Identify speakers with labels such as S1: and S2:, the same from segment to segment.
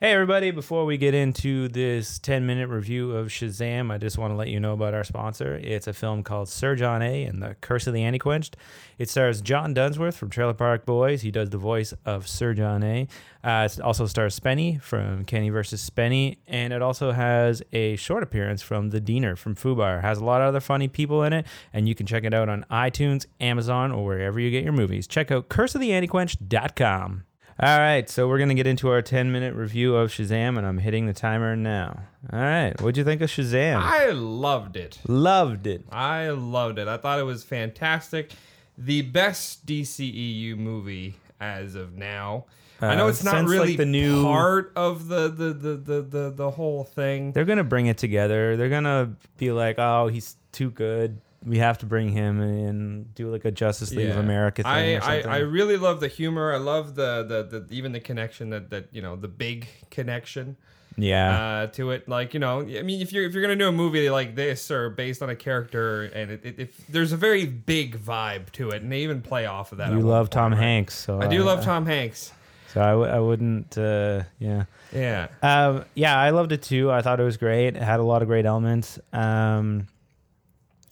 S1: Hey, everybody, before we get into this 10 minute review of Shazam, I just want to let you know about our sponsor. It's a film called Sir John A. and the Curse of the Antiquenched. It stars John Dunsworth from Trailer Park Boys. He does the voice of Sir John A. Uh, it also stars Spenny from Kenny vs. Spenny. And it also has a short appearance from The Diener from Fubar. It has a lot of other funny people in it. And you can check it out on iTunes, Amazon, or wherever you get your movies. Check out curseoftheantiquenched.com. All right, so we're gonna get into our ten minute review of Shazam, and I'm hitting the timer now. All right, what'd you think of Shazam?
S2: I loved it.
S1: Loved it.
S2: I loved it. I thought it was fantastic. The best DCEU movie as of now. I know
S1: Uh,
S2: it's not
S1: since,
S2: really
S1: like, the new-
S2: part of the the, the, the, the the whole thing.
S1: They're gonna bring it together. They're gonna be like, oh, he's too good. We have to bring him and do like a Justice League of
S2: Yeah.
S1: America thing
S2: I,
S1: or something.
S2: I, I really love the humor. I love the, the, the even the connection that, that you know the big connection
S1: yeah,
S2: uh, to it. Like you know, I mean, if you're if you're gonna do a movie like this or based on a character, and it, it, if there's a very big vibe to it, and they even play off of that.
S1: you
S2: at one
S1: love
S2: point,
S1: Tom
S2: right?
S1: Hanks. So
S2: I do love Tom Hanks.
S1: So I, w- I wouldn't. Uh, yeah.
S2: Yeah.
S1: Um, yeah, I loved it too. I thought it was great. It had a lot of great elements. Um,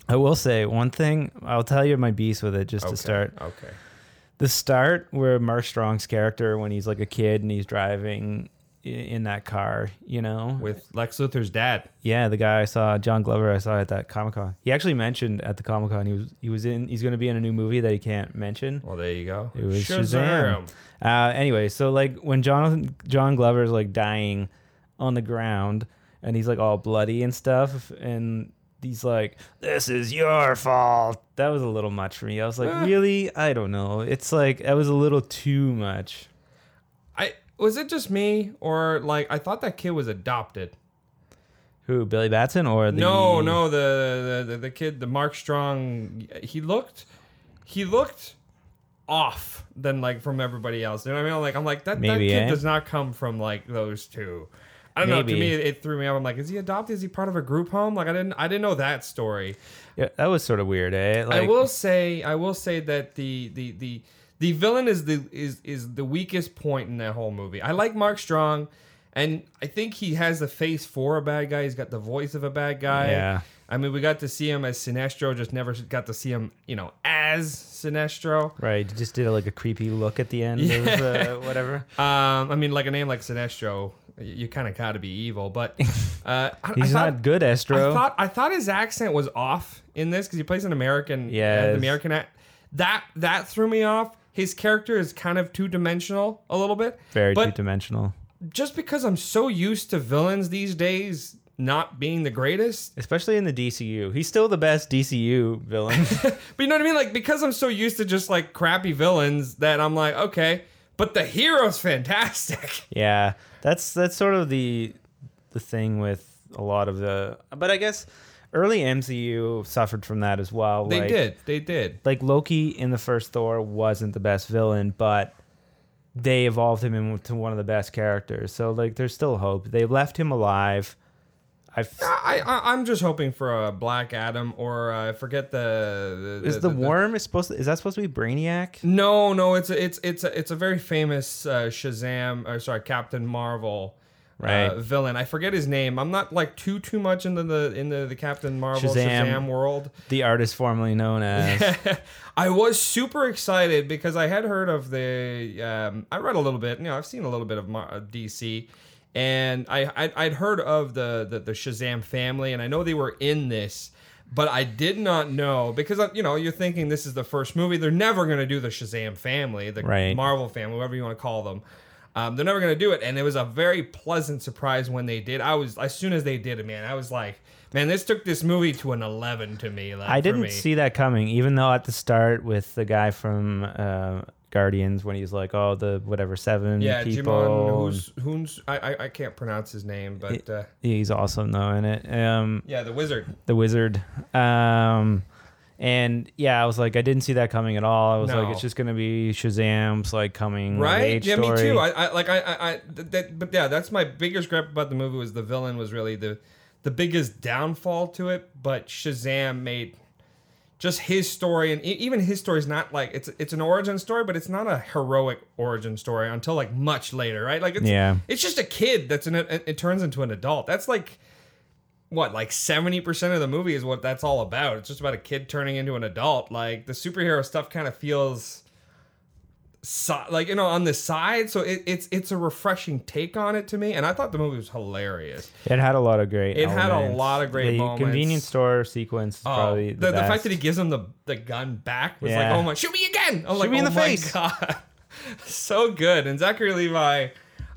S1: I will say one thing. I'll tell you my beast with it just to start.
S2: Okay.
S1: The start where Mark Strong's character, when he's like a kid and he's driving i- in that car, you know,
S2: With Lex Luthor's dad.
S1: yeah, the guy I saw, John Glover, I saw at that Comic Con. He actually mentioned at the Comic Con he was he was in. He's going to be in a new movie that he can't mention.
S2: Well, there you go.
S1: It was Shazam. Uh, anyway, so like when Jonathan John Glover's like dying on the ground and he's like all bloody and stuff, and he's like, "This is your fault." That was a little much for me. I was like,
S2: Ah.
S1: "Really? I don't know." It's like that was a little too much.
S2: I was it just me or like I thought that kid was adopted.
S1: Who Billy Batson or the E.
S2: No, no, the, the the the kid, the Mark Strong, he looked, he looked off than like from everybody else. You know what I mean? I'm like I'm like that
S1: Maybe,
S2: that kid
S1: eh?
S2: does not come from like those two. I don't know. To
S1: Maybe.
S2: me, it, it threw me off. I'm like, is he adopted? Is he part of a group home? Like I didn't I didn't know that story.
S1: Yeah, that was sort of weird, eh? Like,
S2: I will say I will say that the the the the villain is the is is the weakest point in that whole movie. I like Mark Strong and I think he has the face for a bad guy. He's got the voice of a bad guy.
S1: Yeah.
S2: I mean, we got to see him as Sinestro, just never got to see him, you know, as Sinestro.
S1: Right, you just did like a creepy look at the end of uh, whatever.
S2: Um, I mean, like a name like Sinestro, you, you kind of got to be evil, but uh, I,
S1: He's
S2: I thought,
S1: not good, Estro.
S2: I thought I thought his accent was off in this because he plays an American. Yeah,
S1: Yes.
S2: American act. That that threw me off. His character is kind of two dimensional a little bit.
S1: Very
S2: but
S1: two-dimensional,
S2: just because I'm so used to villains these days not being the greatest,
S1: especially in the DCU. He's still the best DCU villain.
S2: but you know what I mean. Like because I'm so used to just like crappy villains that I'm like okay, but the hero's fantastic.
S1: Yeah, that's that's sort of the the thing with a lot of the. But I guess early MCU suffered from that as well.
S2: They
S1: like,
S2: did. They did.
S1: Like Loki in the first Thor wasn't the best villain, but they evolved him into one of the best characters. So like, there's still hope. They left him alive. I f-
S2: I, I I'm just hoping for a Black Adam or uh, I forget the,
S1: is the worm is supposed to, is that supposed to be Brainiac?
S2: No, no, it's a, it's it's a, it's a very famous uh, Shazam or sorry Captain Marvel uh,
S1: Right.
S2: villain. I forget his name. I'm not like too too much into the into the Captain Marvel
S1: Shazam.
S2: Shazam, world.
S1: The artist formerly known as
S2: I was super excited because I had heard of the. Um, I read a little bit. You know, I've seen a little bit of Mar- of DC, and I, I I'd heard of the, the the Shazam family, and I know they were in this. But I did not know because uh, you know you're thinking this is the first movie. They're never going to do the Shazam family, the
S1: Right.
S2: Marvel family, whatever you want to call them. Um, they're never going to do it, and it was a very pleasant surprise when they did. I was as soon as they did it, man. I was like, man, this took this movie to an eleven to me. Like,
S1: I
S2: for
S1: didn't
S2: me.
S1: see that coming, even though at the start with the guy from uh, Guardians when he's like, "Oh, the whatever seven
S2: Yeah,
S1: people."
S2: Jimon
S1: and-
S2: who's who's I, I I can't pronounce his name, but uh,
S1: he's awesome though in it. Um,
S2: yeah, the wizard.
S1: the wizard. Um, and yeah, I was like, I didn't see that coming at all. I was
S2: No.
S1: like, it's just gonna be Shazam's like coming of
S2: Right?
S1: age
S2: Yeah, me
S1: story.
S2: too. I, I like I I, I th- that, but yeah, that's my biggest gripe about the movie was the villain was really the the biggest downfall to it, but Shazam made just his story and e- even his story is not like it's it's an origin story but it's not a heroic origin story until like much later right like it's
S1: Yeah.
S2: it's just a kid that's an it it turns into an adult that's like what like 70% of the movie is what that's all about it's just about a kid turning into an adult like the superhero stuff kind of feels so, like you know on the side so it, it's it's a refreshing take on it to me and i thought the movie was hilarious
S1: It had a lot of great.
S2: It had a
S1: elements.
S2: lot of great
S1: The
S2: moments.
S1: convenience store sequence is
S2: Oh,
S1: probably
S2: the,
S1: the,
S2: the fact that he
S1: best.
S2: gives him the, the gun back was
S1: Yeah.
S2: like, oh my, shoot me again! I'm like,
S1: me in
S2: oh
S1: the
S2: my
S1: face.
S2: God. so good. And Zachary Levi,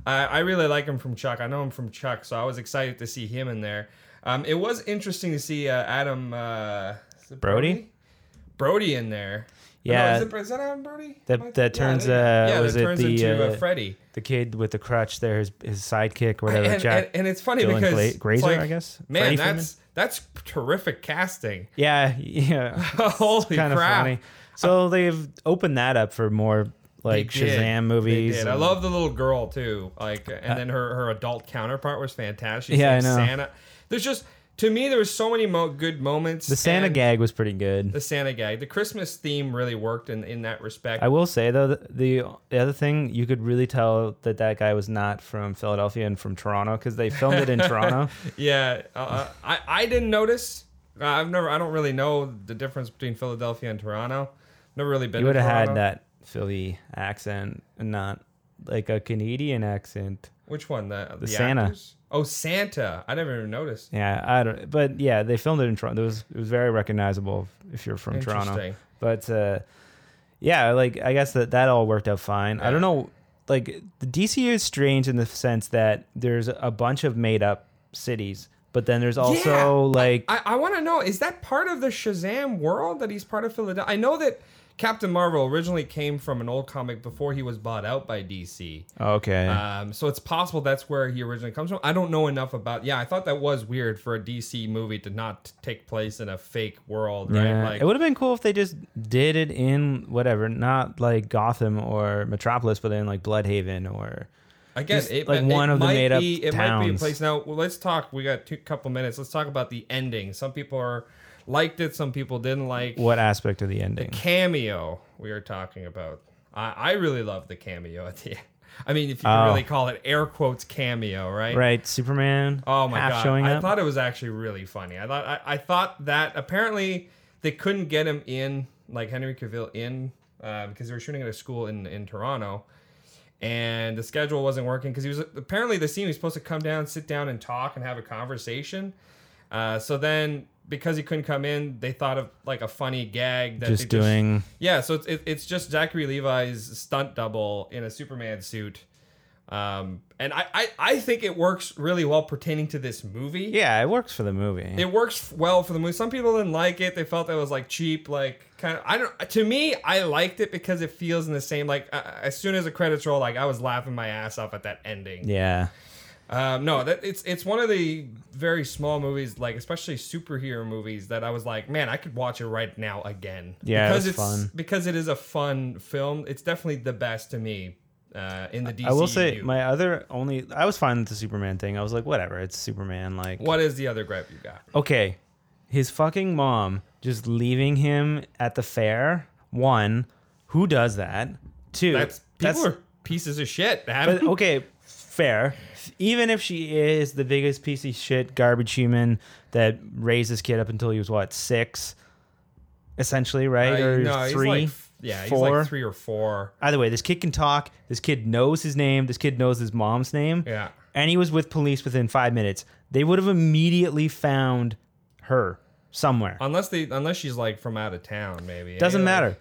S2: I, I really like him from Chuck. I know him from Chuck, so I was excited to see him in there. Um, it was interesting to see uh, Adam uh, is it
S1: Brody?
S2: Brody in there. No,
S1: Yeah.
S2: is, it, is that Adam Brody?
S1: That-
S2: Am I-
S1: that turns,
S2: I think-
S1: uh,
S2: yeah,
S1: was
S2: that
S1: it
S2: turns
S1: the, uh,
S2: into uh, Freddy.
S1: the kid with the crutch there, his his sidekick, whatever.
S2: And, and,
S1: Jack.
S2: and it's funny
S1: Dylan
S2: because
S1: Gla-
S2: it's
S1: Grazer,
S2: like,
S1: I guess? Freddie
S2: Man,
S1: Freeman?
S2: that's that's terrific casting.
S1: yeah, yeah.
S2: Holy
S1: kind of
S2: crap!
S1: funny. So they've opened that up for more like
S2: They
S1: Shazam
S2: did. They
S1: movies.
S2: did. I
S1: and- Uh,
S2: love the little girl too. Like, and then her her adult counterpart was fantastic. She's
S1: Yeah, I
S2: like
S1: know.
S2: Santa. There's just to me there was so many mo- good moments.
S1: the Santa
S2: and
S1: gag was pretty good.
S2: The Santa gag. The Christmas theme really worked in in that respect.
S1: I will say though, the, the the other thing you could really tell that that guy was not from Philadelphia and from Toronto because they filmed it in Toronto.
S2: yeah, uh, I I didn't notice. Uh, I've never. I don't really know the difference between Philadelphia and Toronto. Never really been.
S1: You
S2: to
S1: would have had
S2: Toronto.
S1: that Philly accent, and not like a Canadian accent.
S2: Which one? The, the,
S1: Santa.
S2: actors? Oh, Santa. I never even noticed.
S1: Yeah, I don't. But yeah, they filmed it in Toronto. It was it was very recognizable if you're from Toronto.
S2: Interesting.
S1: But uh, yeah, like I guess that that all worked out fine. I don't know. Like the DC is strange in the sense that there's a bunch of made up cities, but then there's also
S2: Yeah, I-
S1: like
S2: I, I want to know is that part of the Shazam world that he's part of Philadelphia? I know that Captain Marvel originally came from an old comic before he was bought out by DC.
S1: okay,
S2: Um, so it's possible that's where he originally comes from. I don't know enough about. Yeah, I thought that was weird for a DC movie to not take place in a fake world, right?
S1: Yeah,
S2: Like,
S1: Uh, it would have been cool if they just did it in whatever, not like Gotham or Metropolis, but in like Bloodhaven or
S2: again,
S1: just
S2: it,
S1: like
S2: it
S1: one of the
S2: might
S1: made-up
S2: be, It might be a
S1: towns.
S2: place now. Well, let's talk. We got two couple minutes. Let's talk about the ending. Some people are liked it. Some people didn't like.
S1: what aspect of the ending?
S2: cameo we are talking about. I, I really love the cameo at the end. I mean, if you can
S1: Oh.
S2: really call it air quotes cameo, right?
S1: Right, Superman.
S2: Oh my
S1: half
S2: god!
S1: showing
S2: I
S1: up.
S2: thought it was actually really funny. I thought I, I thought that apparently they couldn't get him in like Henry Cavill in uh, because they were shooting at a school in in Toronto, and the schedule wasn't working because he was apparently the scene he was supposed to come down, sit down, and talk and have a conversation. Uh, so then because he couldn't come in, they thought of like a funny gag that
S1: just
S2: they
S1: doing
S2: yeah, so it's it, it's just Zachary Levi's stunt double in a Superman suit, um, and I, I I think it works really well pertaining to this movie.
S1: Yeah, it works for the movie.
S2: It works well for the movie. Some people didn't like it. They felt that it was like cheap, like kind of. I don't. To me, I liked it because it feels in the same. Like uh, as soon as the credits roll, like I was laughing my ass off at that ending.
S1: yeah.
S2: Um, no, that it's it's one of the very small movies, like especially superhero movies, that I was like, man, I could watch it right now again.
S1: Yeah, it
S2: because
S1: was
S2: it's
S1: fun.
S2: because it is a fun film. It's definitely the best to me uh, in the DC.
S1: I will say my other only I was fine with the Superman thing. I was like, whatever, it's Superman like
S2: what is the other gripe you got?
S1: Okay. His fucking mom just leaving him at the fair. One, who does that? Two
S2: That's people are pieces of shit.
S1: but,
S2: Adam.
S1: okay, fair. Even if she is the biggest piece of shit garbage human that raised this kid up until he was what, six? Essentially, right?
S2: Uh,
S1: or
S2: no,
S1: three?
S2: He's like, f- yeah, he's
S1: four?
S2: like three or four.
S1: either way, this kid can talk. This kid knows his name. This kid knows his mom's name.
S2: Yeah.
S1: And he was with police within five minutes. They would have immediately found her somewhere.
S2: Unless they, uness she's like from out of town, maybe.
S1: Doesn't
S2: Like,
S1: matter.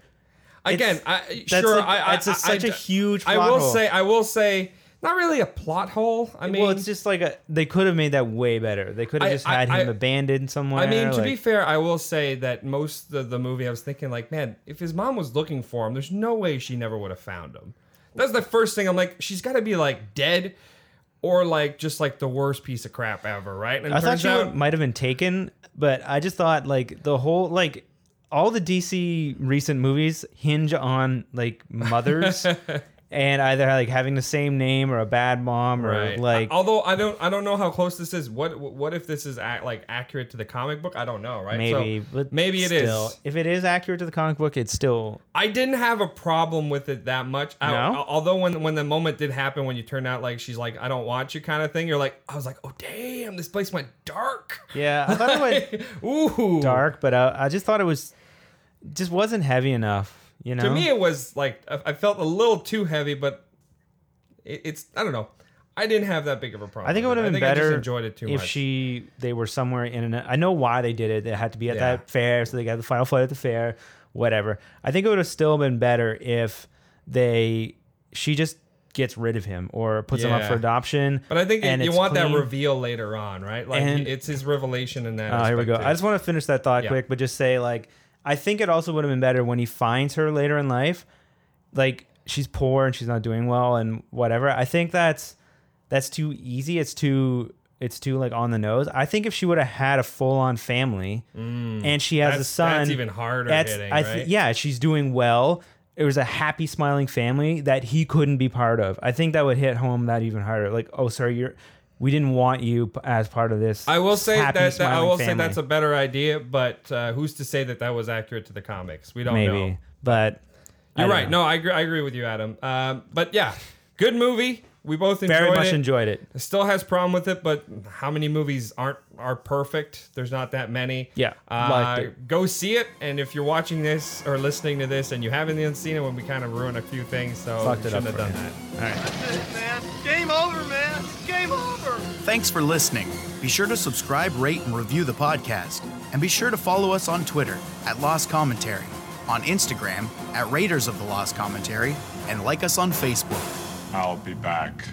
S2: Again,
S1: It's-
S2: I
S1: that's
S2: sure.
S1: like-
S2: I, I,
S1: that's a-
S2: I-
S1: such
S2: I-
S1: a huge
S2: I
S1: plot
S2: will
S1: hole.
S2: say. I will say. Not really a plot hole. I mean,
S1: well, it's just like a, they could have made that way better. They could have
S2: I-
S1: just
S2: I-
S1: had him
S2: I-
S1: abandoned somewhere.
S2: I mean, to
S1: like-
S2: be fair, I will say that most of the movie, I was thinking, like, man, if his mom was looking for him, there's no way she never would have found him. That's the first thing I'm like, she's got to be like dead or like just like the worst piece of crap ever, right? And
S1: I
S2: it
S1: thought
S2: turns
S1: she
S2: out,
S1: would- might have been taken, but I just thought like the whole like all the DC recent movies hinge on like mothers and either like having the same name or a bad mom or
S2: Right.
S1: like
S2: although I don't, I don't know how close this is. What, what if this is ac like accurate to the comic book? I don't know, right?
S1: maybe
S2: so
S1: but
S2: maybe it is.
S1: still, if it is accurate to the comic book it's still
S2: I didn't have a problem with it that much. I,
S1: No?
S2: al- although when when the moment did happen, when you turned out like she's like, I don't want you kind of thing, you're like, I was like, oh damn, this place went dark.
S1: yeah i thought it went
S2: Ooh,
S1: dark but uh, I, I just thought it was just wasn't heavy enough you know
S2: To me, it was like I I felt a little too heavy, but it, it's I don't know. I didn't have that big of a problem.
S1: I think it would have been
S2: I
S1: better
S2: just enjoyed it too
S1: if
S2: much.
S1: she they were somewhere in an. I know why they did it. They had to be at
S2: Yeah.
S1: that fair, so they got the final fight at the fair. Whatever. I think it would have still been better if they she just gets rid of him or puts him up
S2: Yeah.
S1: for adoption.
S2: but I think
S1: and
S2: you
S1: it's
S2: want that
S1: clean.
S2: reveal later on, right? Like
S1: And-
S2: it's his revelation in that.
S1: Oh, here we go.
S2: aspect,
S1: I just want to finish that thought
S2: Yeah.
S1: quick, but just say like I think it also would have been better when he finds her later in life. Like she's poor and she's not doing well and whatever. I think that's that's too easy. It's too it's too like on the nose. I think if she would have had a full on family and she has
S2: Mm. That's,
S1: a son,
S2: that's even harder hitting,
S1: I
S2: right?
S1: thi- yeah, she's doing well. It was a happy, smiling family that he couldn't be part of. I think that would hit home that even harder. Like, oh, sorry, you're. We didn't want you p- as part of this.
S2: I will say
S1: happy,
S2: that, that I
S1: smiling
S2: will say
S1: family."
S2: that's a better idea, but uh, who's to say that that was accurate to the comics? We don't
S1: maybe,
S2: know.
S1: but I
S2: You're
S1: don't
S2: right.
S1: know.
S2: No, I agree, I agree with you, Adam. Um, but yeah, good movie. We both enjoyed
S1: very much
S2: it.
S1: enjoyed it.
S2: Still has problem with it, but how many movies aren't are perfect? There's not that many.
S1: Yeah,
S2: uh,
S1: liked it.
S2: go see it. And if you're watching this or listening to this and you haven't seen it, when we kind of ruin a few things, so
S1: Fucked
S2: we
S1: it up
S2: shouldn't have
S1: for
S2: done
S1: you.
S2: that.
S3: That's it, man. Game over, man. Game over.
S4: Thanks for listening. Be sure to subscribe, rate, and review the podcast. And be sure to follow us on Twitter at Lost Commentary, on Instagram at Raiders of the Lost Commentary, and like us on Facebook.
S5: I'll be back.